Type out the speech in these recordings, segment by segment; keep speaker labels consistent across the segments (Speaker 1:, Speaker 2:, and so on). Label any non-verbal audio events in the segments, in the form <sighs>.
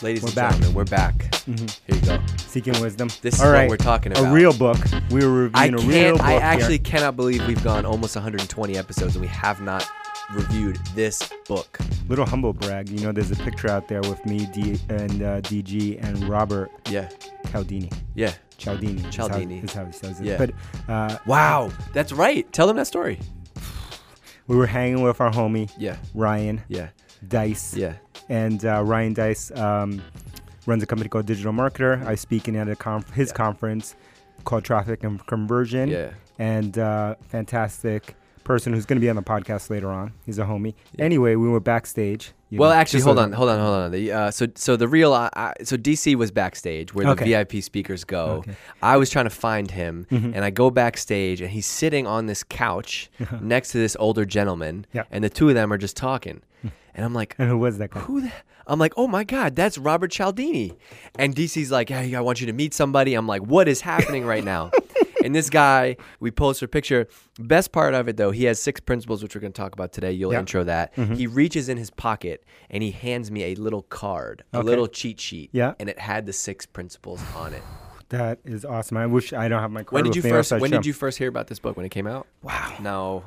Speaker 1: Ladies
Speaker 2: We're
Speaker 1: and
Speaker 2: back. Mm-hmm.
Speaker 1: gentlemen, we're back. Here you go.
Speaker 2: Seeking Wisdom.
Speaker 1: This is
Speaker 2: All
Speaker 1: what
Speaker 2: right,
Speaker 1: we're talking about.
Speaker 2: A real book. We were
Speaker 1: I
Speaker 2: reviewing a real
Speaker 1: can't.
Speaker 2: book.
Speaker 1: I actually
Speaker 2: here.
Speaker 1: cannot believe we've gone almost 120 episodes and we have not reviewed this book.
Speaker 2: little humble brag. You know, there's a picture out there with me, D and uh, DG and Robert
Speaker 1: Yeah,
Speaker 2: Caldini.
Speaker 1: yeah.
Speaker 2: Cialdini. is how-
Speaker 1: Cialdini.
Speaker 2: is how he says it.
Speaker 1: Yeah.
Speaker 2: But uh,
Speaker 1: Wow, that's right. Tell them that story.
Speaker 2: we were hanging with our homie
Speaker 1: Yeah,
Speaker 2: Ryan
Speaker 1: yeah,
Speaker 2: Dice.
Speaker 1: yeah.
Speaker 2: and uh, Ryan Dice um, runs a company called Digital Marketer. I was speaking at a conf- his
Speaker 1: Yeah.
Speaker 2: conference called Traffic and Conversion.
Speaker 1: Yeah.
Speaker 2: And uh, fantastic person who's going to be on the podcast later on. He's a homie. Anyway, we were backstage. you
Speaker 1: Well,
Speaker 2: know,
Speaker 1: actually,
Speaker 2: just
Speaker 1: hold
Speaker 2: so-
Speaker 1: on, hold on, hold on. The, uh, so, so the real, uh, I- so DC was backstage where the
Speaker 2: Okay.
Speaker 1: VIP speakers go.
Speaker 2: Okay. Mm-hmm.
Speaker 1: I was trying to find him, and I go backstage, and he's sitting on this
Speaker 2: <laughs>
Speaker 1: couch next to this older gentleman,
Speaker 2: Yep.
Speaker 1: and the two of them are just talking,
Speaker 2: Hmm.
Speaker 1: and I'm like,
Speaker 2: And <laughs> who was that guy?
Speaker 1: who? The, I'm like, oh my god, that's Robert Cialdini, and DC's like, hey, I want you to meet somebody. I'm like, what is happening right
Speaker 2: <laughs>
Speaker 1: now? And this guy, we post her picture. Best part of it though, he has six principles, which we're going to talk about today. You'll
Speaker 2: Yeah. Mm-hmm.
Speaker 1: intro that. He reaches in his pocket and he hands me a little card, a
Speaker 2: Okay.
Speaker 1: little cheat sheet.
Speaker 2: Yeah.
Speaker 1: And it had the six principles on it.
Speaker 2: That is awesome. I wish I don't have my card
Speaker 1: When did you
Speaker 2: with me, or
Speaker 1: first
Speaker 2: else I'd
Speaker 1: when
Speaker 2: show
Speaker 1: did you
Speaker 2: him.
Speaker 1: first hear about this book? When it came out? Wow. No.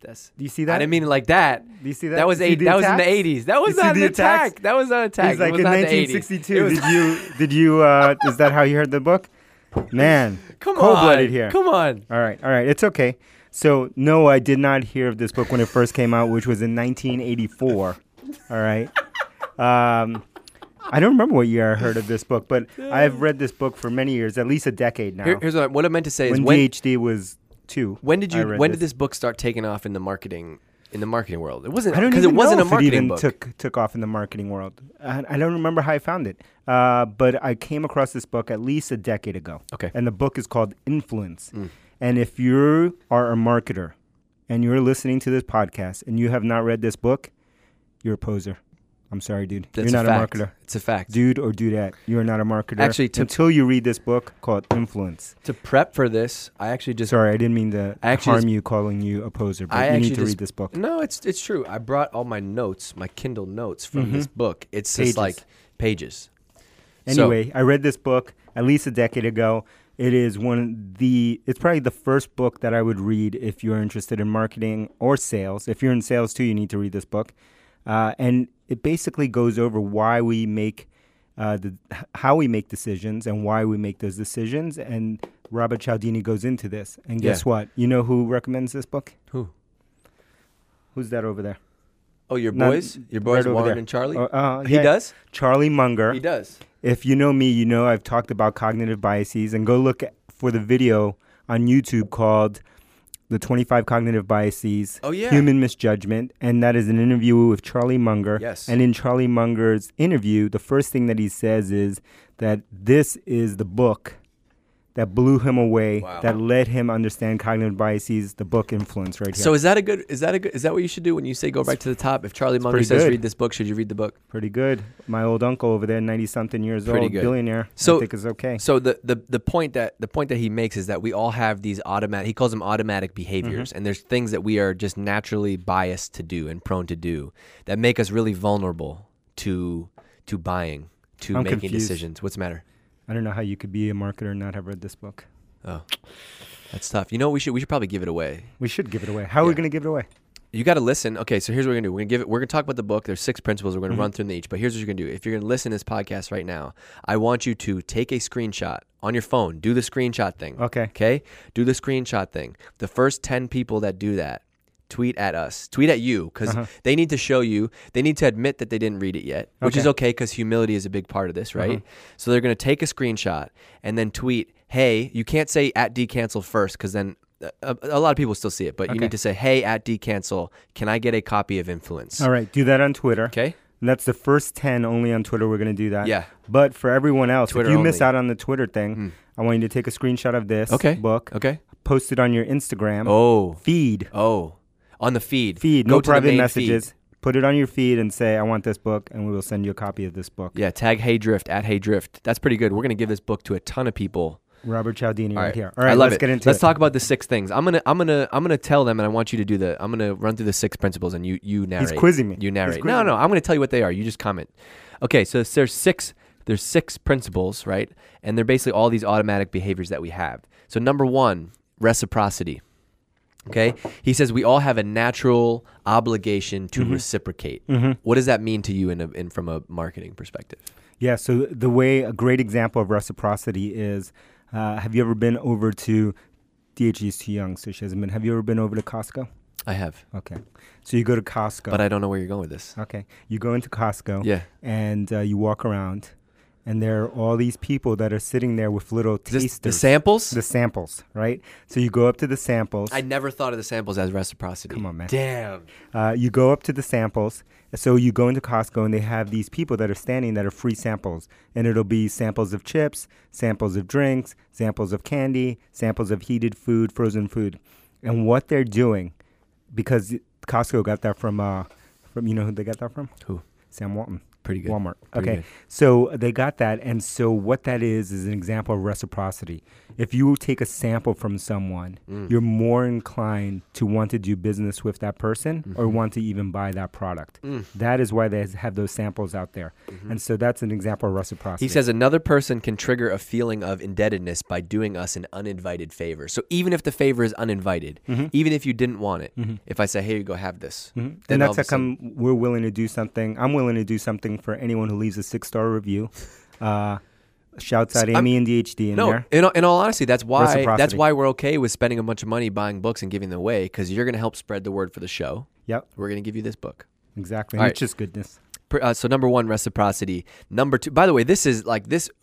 Speaker 1: That's
Speaker 2: Do you see that?
Speaker 1: I didn't mean it like that.
Speaker 2: Do you see that?
Speaker 1: That was
Speaker 2: You see
Speaker 1: eight.
Speaker 2: the
Speaker 1: That was in the
Speaker 2: attacks?
Speaker 1: eighties. That was
Speaker 2: You see
Speaker 1: not an
Speaker 2: the attacks?
Speaker 1: attack. That was not an attack.
Speaker 2: He's like
Speaker 1: it was
Speaker 2: in
Speaker 1: not the 80s. It
Speaker 2: 1962.
Speaker 1: was-
Speaker 2: did you? Did you? Uh, is that how you heard the book? Man,
Speaker 1: <laughs> come on?
Speaker 2: cold-blooded here. Oh.
Speaker 1: Come on.
Speaker 2: All right, all right, it's okay. So, no, I did not hear of this book when it first came out, which was in 1984. All right. Um, I don't remember what year I heard of this book, but I've read this book for many years, at least a decade now.
Speaker 1: Here- here's what I, what I meant to say is
Speaker 2: when,
Speaker 1: when
Speaker 2: DHD was two.
Speaker 1: when did
Speaker 2: I
Speaker 1: you
Speaker 2: read
Speaker 1: when did this book start taking off in the marketing in the marketing world? It wasn't
Speaker 2: I don't
Speaker 1: because
Speaker 2: even
Speaker 1: it wasn't
Speaker 2: know
Speaker 1: a
Speaker 2: if it
Speaker 1: marketing
Speaker 2: even
Speaker 1: book.
Speaker 2: took took off in the marketing world. I, I don't remember how I found it, uh, but I came across this book at least a decade ago.
Speaker 1: Okay. Mm.
Speaker 2: and the book is called Influence. And if you are a marketer and you're listening to this podcast and you have not read this book, you're a poser. I'm sorry, dude.
Speaker 1: That's
Speaker 2: you're not
Speaker 1: a,
Speaker 2: a,
Speaker 1: fact.
Speaker 2: marketer,
Speaker 1: It's a fact.
Speaker 2: dude or dudette. You're not a marketer.
Speaker 1: Actually, to-
Speaker 2: until you read this book called Influence.
Speaker 1: to prep for this, I actually just
Speaker 2: Sorry, I didn't mean to
Speaker 1: I actually
Speaker 2: harm
Speaker 1: just-
Speaker 2: you calling you a poser, but
Speaker 1: I
Speaker 2: you
Speaker 1: actually
Speaker 2: need to
Speaker 1: just-
Speaker 2: read this book.
Speaker 1: No, it's it's true. I brought all my notes, my Kindle notes from this book. It's
Speaker 2: Mm-hmm. Pages.
Speaker 1: just like pages. So-
Speaker 2: Anyway, I read this book at least a decade ago. It is one of the it's probably the first book that I would read if you're interested in marketing or sales. If you're in sales too, you need to read this book. Uh, and it basically goes over why we make uh, the h- how we make decisions and why we make those decisions. And Robert Cialdini goes into this. And guess
Speaker 1: Yeah.
Speaker 2: what? You know who recommends this book?
Speaker 1: Who?
Speaker 2: Who's that over there?
Speaker 1: Oh, your
Speaker 2: Not-
Speaker 1: boys, your boys,
Speaker 2: right over
Speaker 1: Warren
Speaker 2: there.
Speaker 1: and Charlie.
Speaker 2: Uh, uh,
Speaker 1: he
Speaker 2: yeah.
Speaker 1: does.
Speaker 2: Charlie Munger.
Speaker 1: He does.
Speaker 2: If you know me, you know I've talked about cognitive biases, and go look at- for the video on YouTube called "The 25 Cognitive Biases:
Speaker 1: Oh, yeah.
Speaker 2: Human Misjudgment," and that is an interview with Charlie Munger.
Speaker 1: Yes.
Speaker 2: And in Charlie Munger's interview, the first thing that he says is that this is the book that blew him away,
Speaker 1: Wow.
Speaker 2: that let him understand cognitive biases. The book influence, right here.
Speaker 1: So is that a good? Is that a good? Is that what you should do when you say go right to the top? If Charlie Munger
Speaker 2: pretty
Speaker 1: says
Speaker 2: good.
Speaker 1: read this book, should you read the book?
Speaker 2: pretty good. My old uncle over there, 90 something years
Speaker 1: Pretty
Speaker 2: old,
Speaker 1: good.
Speaker 2: billionaire.
Speaker 1: So-
Speaker 2: I think is okay.
Speaker 1: So the, the the point that the point that he makes is that we all have these automatic. He calls them automatic behaviors,
Speaker 2: Mm-hmm.
Speaker 1: and there's things that we are just naturally biased to do and prone to do that make us really vulnerable to to buying, to
Speaker 2: I'm
Speaker 1: making
Speaker 2: confused.
Speaker 1: decisions. What's the matter?
Speaker 2: I don't know how you could be a marketer and not have read this book.
Speaker 1: Oh, that's tough. You know, we should we should probably give it away.
Speaker 2: We should give it away. How are we
Speaker 1: Yeah.
Speaker 2: going to give it away?
Speaker 1: You got to listen. Okay, so here's what we're gonna do. We're gonna give it. We're gonna talk about the book. There's six principles. We're gonna run through them each. But here's what you're gonna do. If you're gonna listen to this podcast right now, I want you to take a screenshot on your phone. Do the screenshot thing.
Speaker 2: Okay.
Speaker 1: Okay. Do the screenshot thing. The first ten people that do that, tweet at us. Tweet at you because
Speaker 2: Uh-huh.
Speaker 1: they need to show you. They need to admit that they didn't read it yet, which is okay because humility is a big part of this, right?
Speaker 2: Uh-huh.
Speaker 1: So they're gonna take a screenshot and then tweet. Hey, you can't say at D cancel first because then a, a a lot of people still see it, but you need to say, "Hey, at dcancel, can I get a copy of Influence?"
Speaker 2: All right, do that on Twitter.
Speaker 1: Okay.
Speaker 2: And that's the first 10 only on Twitter. We're going to do that.
Speaker 1: Yeah.
Speaker 2: But for everyone else,
Speaker 1: Twitter
Speaker 2: if you miss
Speaker 1: only. Hmm.
Speaker 2: out on the Twitter thing, I want you to take a screenshot of this
Speaker 1: Okay.
Speaker 2: book,
Speaker 1: Okay.
Speaker 2: post it on your Instagram,
Speaker 1: Oh.
Speaker 2: feed,
Speaker 1: Oh. On the feed.
Speaker 2: feed,
Speaker 1: Go
Speaker 2: no
Speaker 1: to the
Speaker 2: private
Speaker 1: main
Speaker 2: messages. Put it on your feed and say, I want this book, and we will send you a copy of this book.
Speaker 1: feed. Yeah. Tag Hey Drift at Hey Drift. That's pretty good. We're gonna give this book to a ton of people
Speaker 2: Robert Cialdini right.
Speaker 1: right.
Speaker 2: here. All right,
Speaker 1: I love
Speaker 2: let's
Speaker 1: it.
Speaker 2: get into
Speaker 1: let's
Speaker 2: it.
Speaker 1: talk about the six things. I'm gonna, I'm gonna, I'm gonna tell them, and I want you to do the. I'm gonna run through the six principles, and you, you narrate.
Speaker 2: quizzing me.
Speaker 1: You
Speaker 2: He's
Speaker 1: narrate. No,
Speaker 2: quizzing
Speaker 1: no,
Speaker 2: me.
Speaker 1: I'm gonna tell you what they are. You just comment. Okay, so there's six. There's six principles, right? And they're basically all these automatic behaviors that we have. So number one, reciprocity. Okay, he says we all have a natural obligation
Speaker 2: Mm-hmm.
Speaker 1: to reciprocate. What does that mean to you in, a, in from a marketing perspective?
Speaker 2: Yeah. So the way a great example of reciprocity is, uh, have you ever been over to DHE's too young, so she hasn't been. Have you ever been over to Costco?
Speaker 1: I have,
Speaker 2: Okay. So you go to Costco.
Speaker 1: but I don't know where you're going with this.
Speaker 2: okay. You go into Costco.
Speaker 1: Yeah.
Speaker 2: And uh, you walk around, and there are all these people that are sitting there with little
Speaker 1: Is this
Speaker 2: tasters.
Speaker 1: the samples?
Speaker 2: the samples, right? So you go up to the samples.
Speaker 1: I never thought of the samples as reciprocity.
Speaker 2: Come on, man.
Speaker 1: Damn.
Speaker 2: Uh, you go up to the samples. So you go into Costco and they have these people that are standing that are free samples. And it'll be samples of chips, samples of drinks, samples of candy, samples of heated food, frozen food. And what they're doing, because Costco got that from, uh, from you know who they got that from?
Speaker 1: Who?
Speaker 2: Sam Walton.
Speaker 1: Pretty good.
Speaker 2: Walmart.
Speaker 1: Pretty
Speaker 2: okay.
Speaker 1: good.
Speaker 2: So they got that. And so what that is is an example of reciprocity. If you take a sample from someone,
Speaker 1: Mm.
Speaker 2: you're more inclined to want to do business with that person or
Speaker 1: Mm-hmm.
Speaker 2: want to even buy that product.
Speaker 1: Mm.
Speaker 2: That is why they have those samples out there. And so that's an example of reciprocity.
Speaker 1: Mm-hmm. He says another person can trigger a feeling of indebtedness by doing us an uninvited favor. So even if the favor is uninvited, even if you didn't want it, if I say, "Here you go, have this,"
Speaker 2: Mm-hmm. and
Speaker 1: all
Speaker 2: that's
Speaker 1: of a
Speaker 2: how come we're willing to do something. I'm willing to do something for anyone who leaves a six star review. Uh, shouts out Amy and DHD in
Speaker 1: sudden- no.
Speaker 2: there.
Speaker 1: In all, in all honesty, that's why that's
Speaker 2: Reciprocity.
Speaker 1: why we're okay with spending a bunch of money buying books and giving them away because you're going to help spread the word for the show.
Speaker 2: Yep,
Speaker 1: We're going to give you this book.
Speaker 2: exactly.
Speaker 1: All
Speaker 2: And
Speaker 1: right.
Speaker 2: It's just goodness.
Speaker 1: Per- Uh, so number one, reciprocity. Number two, by the way, this is like this. <sighs>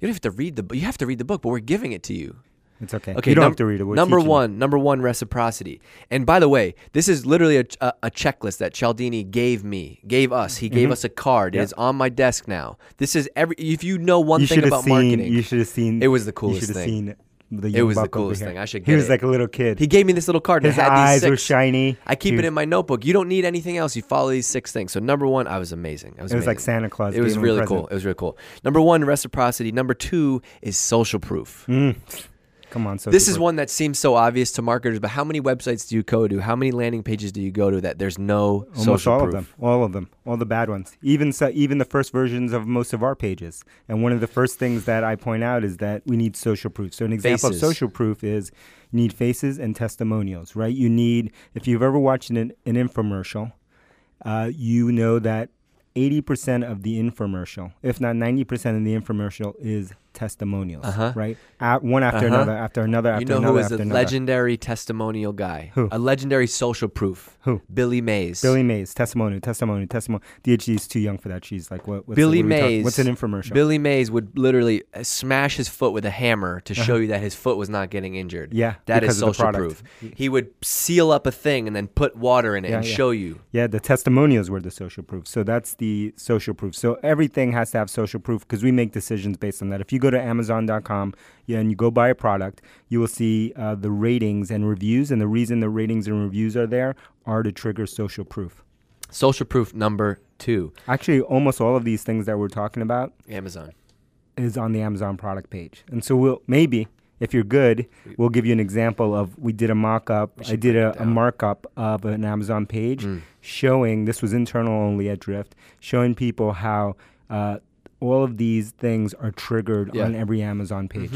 Speaker 1: You don't have to read the. bu- You have to read the book, but we're giving it to you.
Speaker 2: It's okay.
Speaker 1: Okay,
Speaker 2: you don't
Speaker 1: num-
Speaker 2: have to read it. We're
Speaker 1: number
Speaker 2: teaching you.
Speaker 1: one, number one, reciprocity. And by the way, this is literally a, a, a checklist that Cialdini gave me, gave us. He
Speaker 2: Mm-hmm.
Speaker 1: gave us a card. It is on my desk now. This is every. If you know one
Speaker 2: you
Speaker 1: thing
Speaker 2: should have
Speaker 1: about
Speaker 2: seen,
Speaker 1: marketing,
Speaker 2: You should have seen.
Speaker 1: It was the coolest
Speaker 2: You should have
Speaker 1: thing.
Speaker 2: seen the.
Speaker 1: It
Speaker 2: young
Speaker 1: was the
Speaker 2: buck over
Speaker 1: coolest
Speaker 2: here.
Speaker 1: thing. I should
Speaker 2: He
Speaker 1: get
Speaker 2: was
Speaker 1: it.
Speaker 2: like a little kid.
Speaker 1: he gave me this little card.
Speaker 2: His
Speaker 1: and it had
Speaker 2: eyes
Speaker 1: these six.
Speaker 2: were shiny.
Speaker 1: I keep
Speaker 2: He
Speaker 1: it
Speaker 2: was-
Speaker 1: in my notebook. You don't need anything else. You follow these six things. So number one, I was amazing. I was
Speaker 2: It was like
Speaker 1: amazing.
Speaker 2: Santa Claus
Speaker 1: It was
Speaker 2: gave him a
Speaker 1: really
Speaker 2: present.
Speaker 1: cool. It was really cool. Number one, reciprocity. Number two is social proof.
Speaker 2: Mm-hmm. Come on, so
Speaker 1: This is one that seems so obvious to marketers, but how many websites do you go to? How many landing pages do you go to that there's no
Speaker 2: almost
Speaker 1: social
Speaker 2: all
Speaker 1: proof?
Speaker 2: of them. All of them. All the bad ones. Even so, even the first versions of most of our pages. And one of the first things that I point out is that we need social proof. So an example
Speaker 1: Faces.
Speaker 2: of social proof is you need faces and testimonials, right? You need if you've ever watched an, an infomercial, uh, you know that 80% of the infomercial, if not 90% of the infomercial, is testimonials,
Speaker 1: Uh-huh.
Speaker 2: right? At, one after
Speaker 1: Uh-huh.
Speaker 2: another, after another, after
Speaker 1: You know
Speaker 2: another,
Speaker 1: who is
Speaker 2: after
Speaker 1: a
Speaker 2: another.
Speaker 1: legendary testimonial guy?
Speaker 2: Who?
Speaker 1: A legendary social proof.
Speaker 2: Who?
Speaker 1: Billy Mays.
Speaker 2: Billy Mays, testimony, testimony, testimony. DHD is too young for that. She's like, what? What's
Speaker 1: Billy
Speaker 2: what are we talking-
Speaker 1: Mays.
Speaker 2: What's an infomercial?
Speaker 1: Billy Mays would literally uh, smash his foot with a hammer to show you that his foot was not getting injured.
Speaker 2: Uh-huh. Yeah,
Speaker 1: that is
Speaker 2: because of the
Speaker 1: social proof.
Speaker 2: product.
Speaker 1: He would seal up a thing and then put water in it
Speaker 2: Yeah,
Speaker 1: and
Speaker 2: yeah.
Speaker 1: show you.
Speaker 2: Yeah, the testimonials were the social proof. So that's the social proof. So everything has to have social proof because we make decisions based on that. If you go to Amazon.com yeah, and you go buy a product, you will see uh, the ratings and reviews. And the reason the ratings and reviews are there are to trigger social proof.
Speaker 1: Social proof number two,
Speaker 2: Actually, almost all of these things that we're talking about
Speaker 1: Amazon.
Speaker 2: is on the Amazon product page. And so we'll maybe if you're good, we'll give you an example of we did a mock up. I did a, a markup of an Amazon page showing this was internal only at Drift, showing people how uh, all of these things are triggered
Speaker 1: Yeah.
Speaker 2: on every Amazon page.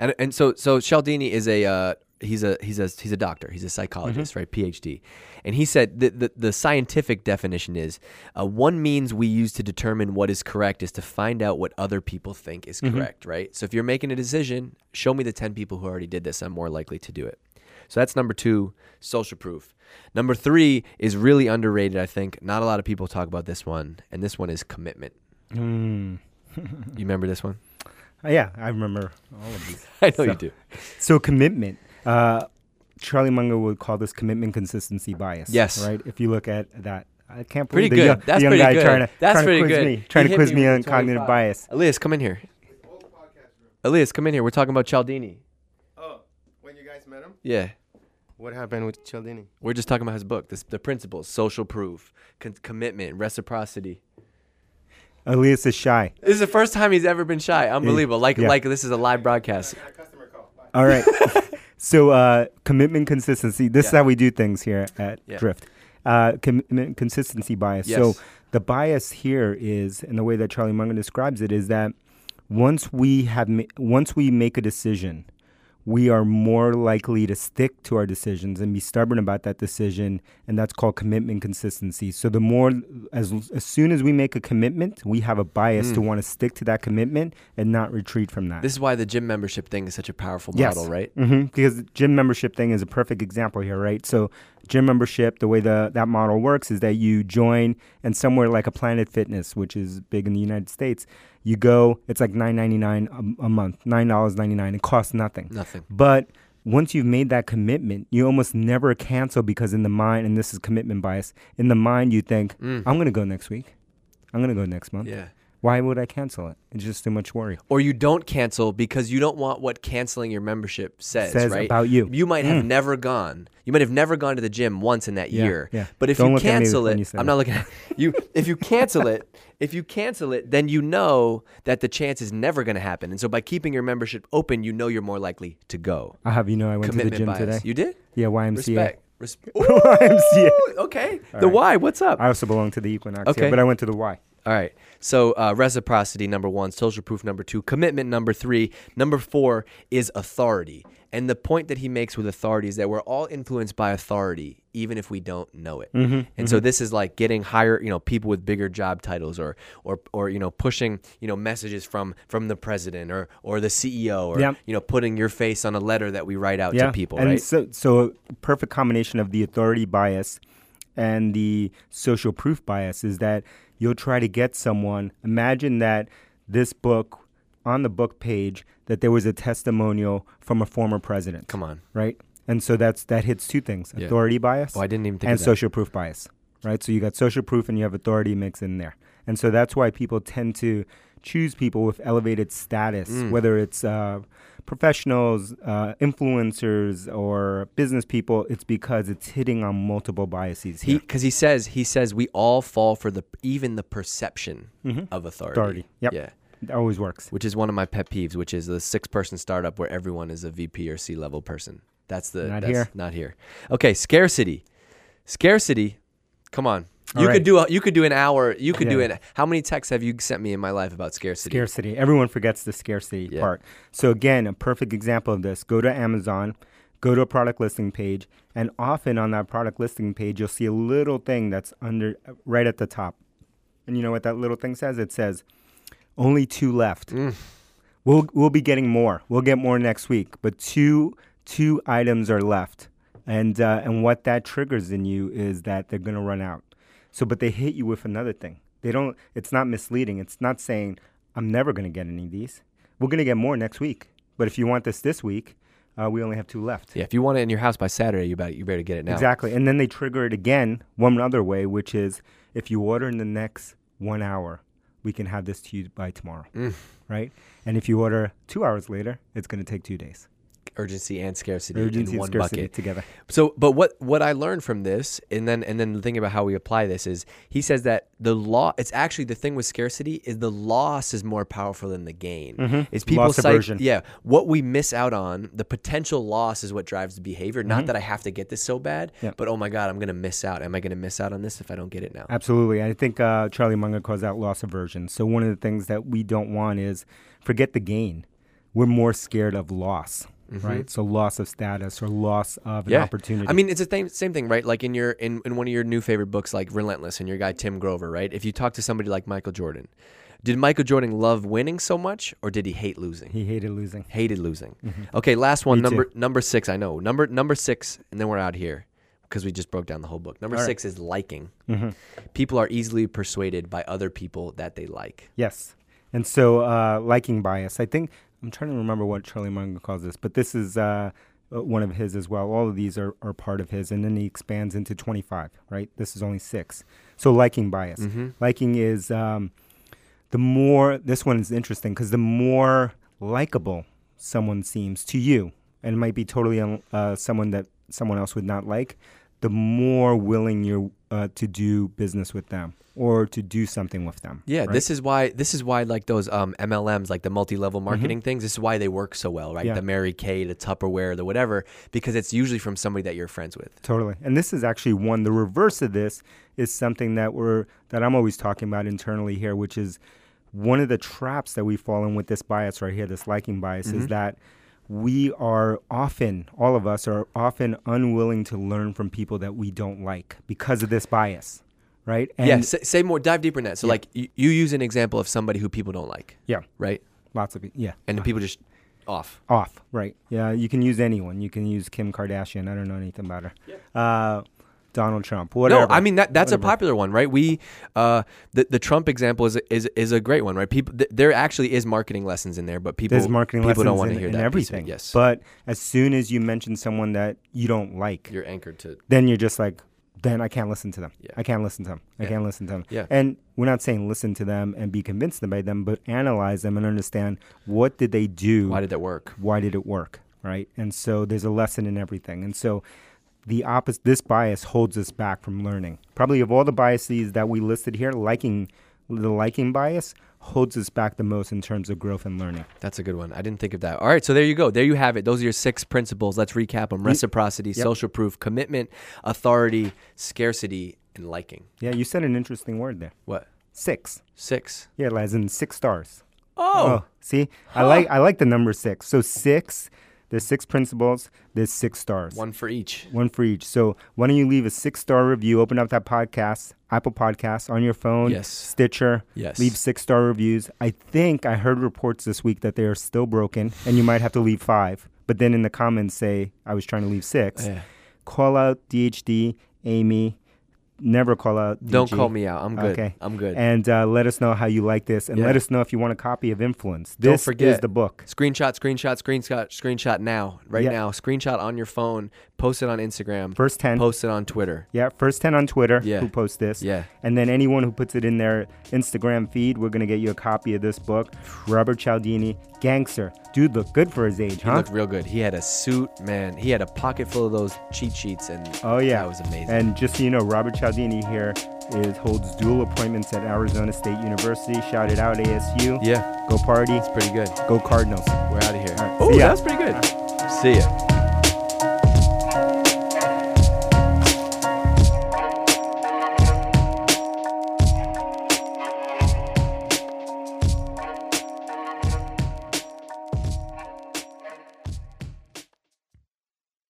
Speaker 1: And and so so Cialdini is a uh, he's a he's a he's a doctor. He's a psychologist, right? PhD. And he said the, the the scientific definition is uh, one means we use to determine what is correct is to find out what other people think is correct, right? So if you're making a decision, show me the 10 people who already did this, I'm more likely to do it. So that's number 2, social proof. Number 3 is really underrated, I think. Not a lot of people talk about this one, and this one is commitment. you remember this one?
Speaker 2: Uh, yeah, I remember all of these.
Speaker 1: <laughs> I know you do.
Speaker 2: So commitment. Uh, Charlie Munger would call this commitment consistency bias.
Speaker 1: Yes.
Speaker 2: Right. If you look at that, I can't
Speaker 1: Pretty
Speaker 2: believe the
Speaker 1: good.
Speaker 2: young, the
Speaker 1: That's
Speaker 2: young
Speaker 1: pretty
Speaker 2: guy
Speaker 1: good.
Speaker 2: trying to
Speaker 1: That's
Speaker 2: trying to
Speaker 1: pretty
Speaker 2: quiz
Speaker 1: good.
Speaker 2: me, trying
Speaker 1: He
Speaker 2: to
Speaker 1: hit
Speaker 2: quiz
Speaker 1: me
Speaker 2: me
Speaker 1: with
Speaker 2: on
Speaker 1: the
Speaker 2: cognitive
Speaker 1: 25.
Speaker 2: bias.
Speaker 1: Elias, come in here. Elias, come in here. We're talking about Cialdini.
Speaker 3: Oh, when you guys met him?
Speaker 1: Yeah.
Speaker 3: What happened with Cialdini?
Speaker 1: We're just talking about his book, this, the principles, social proof, con- commitment, reciprocity.
Speaker 2: Elias is shy.
Speaker 1: This is the first time he's ever been shy. Unbelievable. Like
Speaker 2: Yeah.
Speaker 1: like this is a live broadcast.
Speaker 3: A customer call. Bye.
Speaker 2: All right. so uh, commitment consistency. This is
Speaker 1: Yeah.
Speaker 2: how we do things here at
Speaker 1: Yeah.
Speaker 2: Drift. Uh, commitment consistency bias. So
Speaker 1: Yes.
Speaker 2: the bias here is, and the way that Charlie Munger describes it is that once we have ma- once we make a decision, we are more likely to stick to our decisions and be stubborn about that decision, and that's called commitment consistency. So the more as as soon as we make a commitment, we have a bias to want to stick to that commitment and not retreat from that.
Speaker 1: This is why the gym membership thing is such a powerful
Speaker 2: Yes.
Speaker 1: model, right?
Speaker 2: hmm Because the gym membership thing is a perfect example here, right? So gym membership, the way the that model works is that you join, and somewhere like a Planet Fitness, which is big in the United States, you go. It's like nine ninety nine a month, nine dollars ninety nine. It costs nothing.
Speaker 1: Nothing.
Speaker 2: But once you've made that commitment, you almost never cancel because in the mind, and this is commitment bias, in the mind you think, I'm going to go next week, I'm going to go next month.
Speaker 1: Mm. Mm-hmm. Yeah.
Speaker 2: Why would I cancel it? It's just too much worry.
Speaker 1: Or you don't cancel because you don't want what canceling your membership says,
Speaker 2: Says
Speaker 1: right?
Speaker 2: about you. Mm.
Speaker 1: You might have never gone. You might have never gone to the gym once in that
Speaker 2: Yeah,
Speaker 1: year.
Speaker 2: yeah.
Speaker 1: But if
Speaker 2: Don't
Speaker 1: you
Speaker 2: look at me
Speaker 1: cancel
Speaker 2: when
Speaker 1: it,
Speaker 2: you say
Speaker 1: I'm
Speaker 2: that.
Speaker 1: not looking at <laughs> you. If you cancel it, if you cancel it, then you know that the chance is never going to happen. And so by keeping your membership open, you know you're more likely to go.
Speaker 2: I'll have you know I went to the
Speaker 1: Commitment
Speaker 2: gym
Speaker 1: bias.
Speaker 2: today.
Speaker 1: You did?
Speaker 2: yeah, YMCA.
Speaker 1: Respect.
Speaker 2: <laughs>
Speaker 1: Respect.
Speaker 2: YMCA.
Speaker 1: Okay. the why? What's up?
Speaker 2: I also belong to the Equinox,
Speaker 1: Okay.
Speaker 2: yeah, but I went to the Y.
Speaker 1: All right. So uh, reciprocity number one, social proof number two, commitment number three, number four is authority. And the point that he makes with authority is that we're all influenced by authority, even if we don't know it. and so this is like getting higher, you know, people with bigger job titles, or or or you know, pushing you know messages from from the president or or the CEO, or
Speaker 2: Yeah.
Speaker 1: you know, putting your face on a letter that we write out to people,
Speaker 2: and
Speaker 1: right?
Speaker 2: so so a perfect combination of the authority bias and the social proof bias is that you'll try to get someone. Imagine that this book on the book page that there was a testimonial from a former president.
Speaker 1: Come on.
Speaker 2: right? And so that's that hits two things:
Speaker 1: Yeah.
Speaker 2: authority bias.
Speaker 1: Oh, I didn't even think
Speaker 2: and
Speaker 1: of that.
Speaker 2: social proof bias, right? So you got social proof and you have authority mixed in there, and so that's why people tend to choose people with elevated status, whether it's uh, professionals, uh, influencers, or business people. It's because it's hitting on multiple biases
Speaker 1: He
Speaker 2: here.
Speaker 1: because he says he says we all fall for the even the perception of Mm-hmm. authority.
Speaker 2: Authority. Yep.
Speaker 1: Yeah.
Speaker 2: It always works.
Speaker 1: which is one of my pet peeves, which is the six person startup where everyone is a VP or C level person. That's the
Speaker 2: Not
Speaker 1: that's
Speaker 2: here.
Speaker 1: Not here. Okay, scarcity. Scarcity. Come on.
Speaker 2: All
Speaker 1: you
Speaker 2: right.
Speaker 1: could do a, you could do an hour. You could do
Speaker 2: Yeah.
Speaker 1: it. How many texts have you sent me in my life about scarcity?
Speaker 2: Scarcity. Everyone forgets the scarcity
Speaker 1: Yeah.
Speaker 2: part. So again, a perfect example of this. Go to Amazon, go to a product listing page, and often on that product listing page, you'll see a little thing that's under right at the top. And you know what that little thing says? It says only two left. We'll we'll be getting more. We'll get more next week, but two two items are left. And uh, and what that triggers in you is that they're going to run out. So but they hit you with another thing. They don't it's not misleading. It's not saying I'm never going to get any of these. We're going to get more next week. But if you want this this week, uh, we only have two left.
Speaker 1: Yeah, if you want it in your house by Saturday, you better you better get it now.
Speaker 2: Exactly. And then they trigger it again one other way, which is if you order in the next one hour, we can have this to you by tomorrow.
Speaker 1: Mm.
Speaker 2: Right? And if you order two hours later, it's going to take two days.
Speaker 1: Urgency and scarcity
Speaker 2: Urgency
Speaker 1: in
Speaker 2: and
Speaker 1: one
Speaker 2: scarcity
Speaker 1: bucket.
Speaker 2: together.
Speaker 1: So, but what what I learned from this, and then and then the thing about how we apply this is, he says that the law. It's actually the thing with scarcity is the loss is more powerful than the gain. It's people
Speaker 2: Loss
Speaker 1: psych-
Speaker 2: aversion.
Speaker 1: Yeah, what we miss out on, the potential loss is what drives the behavior. Not that I have to get this so bad, but oh my god, I'm gonna miss out. Am I gonna miss out on this if I don't get it now?
Speaker 2: Absolutely. I think uh, Charlie Munger calls that loss aversion. So, one of the things that we don't want is forget the gain. We're more scared of loss, right? So, loss of status or loss of an opportunity.
Speaker 1: Mm-hmm. I mean, it's the same same thing, right? Like in your in, in one of your new favorite books, like Relentless, and your guy Tim Grover, right? If you talk to somebody like Michael Jordan, did Michael Jordan love winning so much, or did he hate losing?
Speaker 2: he hated losing.
Speaker 1: Hated losing. Okay, last one.
Speaker 2: Me too.
Speaker 1: number number six. I know number number six, and then we're out here because we just broke down the whole book. Number
Speaker 2: All right.
Speaker 1: six is liking. People are easily persuaded by other people that they like.
Speaker 2: Yes. And so uh, liking bias. I think I'm trying to remember what Charlie Munger calls this, but this is uh, uh, one of his as well. All of these are, are part of his. And then he expands into 25, right? This is only six. So liking bias. Liking is um, the more, this one is interesting because the more likable someone seems to you, and it might be totally un- uh, someone that someone else would not like, the more willing you're uh, to do business with them or to do something with them.
Speaker 1: Yeah,
Speaker 2: right?
Speaker 1: this is why this is why like those um, MLMs, like the multi-level marketing things, this is why they work so well, right?
Speaker 2: Yeah.
Speaker 1: The Mary Kay, the Tupperware, the whatever, because it's usually from somebody that you're friends with.
Speaker 2: Totally. And this is actually one. The reverse of this is something that we're that I'm always talking about internally here, which is one of the traps that we fall in with this bias right here, this liking bias,
Speaker 1: Mm-hmm.
Speaker 2: is that we are often, all of us are often unwilling to learn from people that we don't like because of this bias, right? And
Speaker 1: yeah, say, say more, dive deeper in that. So like you, you use an example of somebody who people don't like,
Speaker 2: yeah,
Speaker 1: right?
Speaker 2: lots of it. Yeah,
Speaker 1: And the people just off.
Speaker 2: off, right? Yeah, you can use anyone. You can use Kim Kardashian. I don't know anything about her. Uh, Donald Trump. Whatever.
Speaker 1: No, I mean that that's a
Speaker 2: Whatever.
Speaker 1: popular one, right? We uh, the the Trump example is is is a great one, right? People th- there actually is marketing lessons in there, but people
Speaker 2: There's marketing
Speaker 1: people don't
Speaker 2: lessons
Speaker 1: want to
Speaker 2: in,
Speaker 1: hear
Speaker 2: in
Speaker 1: that piece of it.
Speaker 2: everything.
Speaker 1: Yes,
Speaker 2: But as soon as you mention someone that you don't like,
Speaker 1: you're anchored to
Speaker 2: then you're just like, then I can't listen to them.
Speaker 1: Yeah.
Speaker 2: I can't listen to them. I can't listen to them.
Speaker 1: Yeah.
Speaker 2: And we're not saying listen to them and be convinced by them, but analyze them and understand what did they do?
Speaker 1: why did that work?
Speaker 2: why did it work right and so there's a lesson in everything and so the opposite this bias holds us back from learning probably of all the biases that we listed here liking the liking bias holds us back the most in terms of growth and learning
Speaker 1: That's a good one. I didn't think of that. All right, so there you go. There you have it. Those are your six principles. Let's recap them: reciprocity, social proof, commitment, authority, scarcity, and liking.
Speaker 2: yeah you said an interesting word there
Speaker 1: What
Speaker 2: six
Speaker 1: six?
Speaker 2: yeah as in six stars
Speaker 1: Oh,
Speaker 2: see i like i like the number six so six there's six principles there's six stars
Speaker 1: one for each.
Speaker 2: one for each. So why don't you leave a six star review? Open up that podcast, Apple Podcasts, on your phone,
Speaker 1: Yes.
Speaker 2: Stitcher.
Speaker 1: Yes.
Speaker 2: Leave six star reviews. I think I heard reports this week that they are still broken, and you might have to leave five. But then in the comments say I was trying to leave six.
Speaker 1: Yeah.
Speaker 2: Call out DHD, Amy. Never call out.
Speaker 1: Don't
Speaker 2: DG.
Speaker 1: call me out. I'm good.
Speaker 2: Okay.
Speaker 1: I'm good.
Speaker 2: And uh, let us know how you like this, and
Speaker 1: Yeah.
Speaker 2: let us know if you want a copy of Influence. This is
Speaker 1: forget-
Speaker 2: the book.
Speaker 1: Screenshot, screenshot, screenshot, screenshot now, right
Speaker 2: Yeah.
Speaker 1: now. Screenshot on your phone, post it on Instagram,
Speaker 2: First ten.
Speaker 1: post it on Twitter.
Speaker 2: Yeah, first 10 on Twitter
Speaker 1: Yeah.
Speaker 2: who posts this.
Speaker 1: Yeah.
Speaker 2: And then anyone who puts it in their Instagram feed, we're going to get you a copy of this book. Robert Cialdini, Gangster. Dude looked good for his age,
Speaker 1: He
Speaker 2: huh?
Speaker 1: looked real good. He had a suit, man. He had a pocket full of those cheat sheets, and
Speaker 2: Oh, yeah.
Speaker 1: that was amazing.
Speaker 2: And just so you know, Robert Cialdini here is holds dual appointments at Arizona State University. Shout it out, ASU.
Speaker 1: yeah,
Speaker 2: Go party.
Speaker 1: pretty good.
Speaker 2: Go Cardinals.
Speaker 1: We're out of here.
Speaker 2: All right,
Speaker 1: Oh,
Speaker 2: see ya.
Speaker 1: that was pretty good. See ya.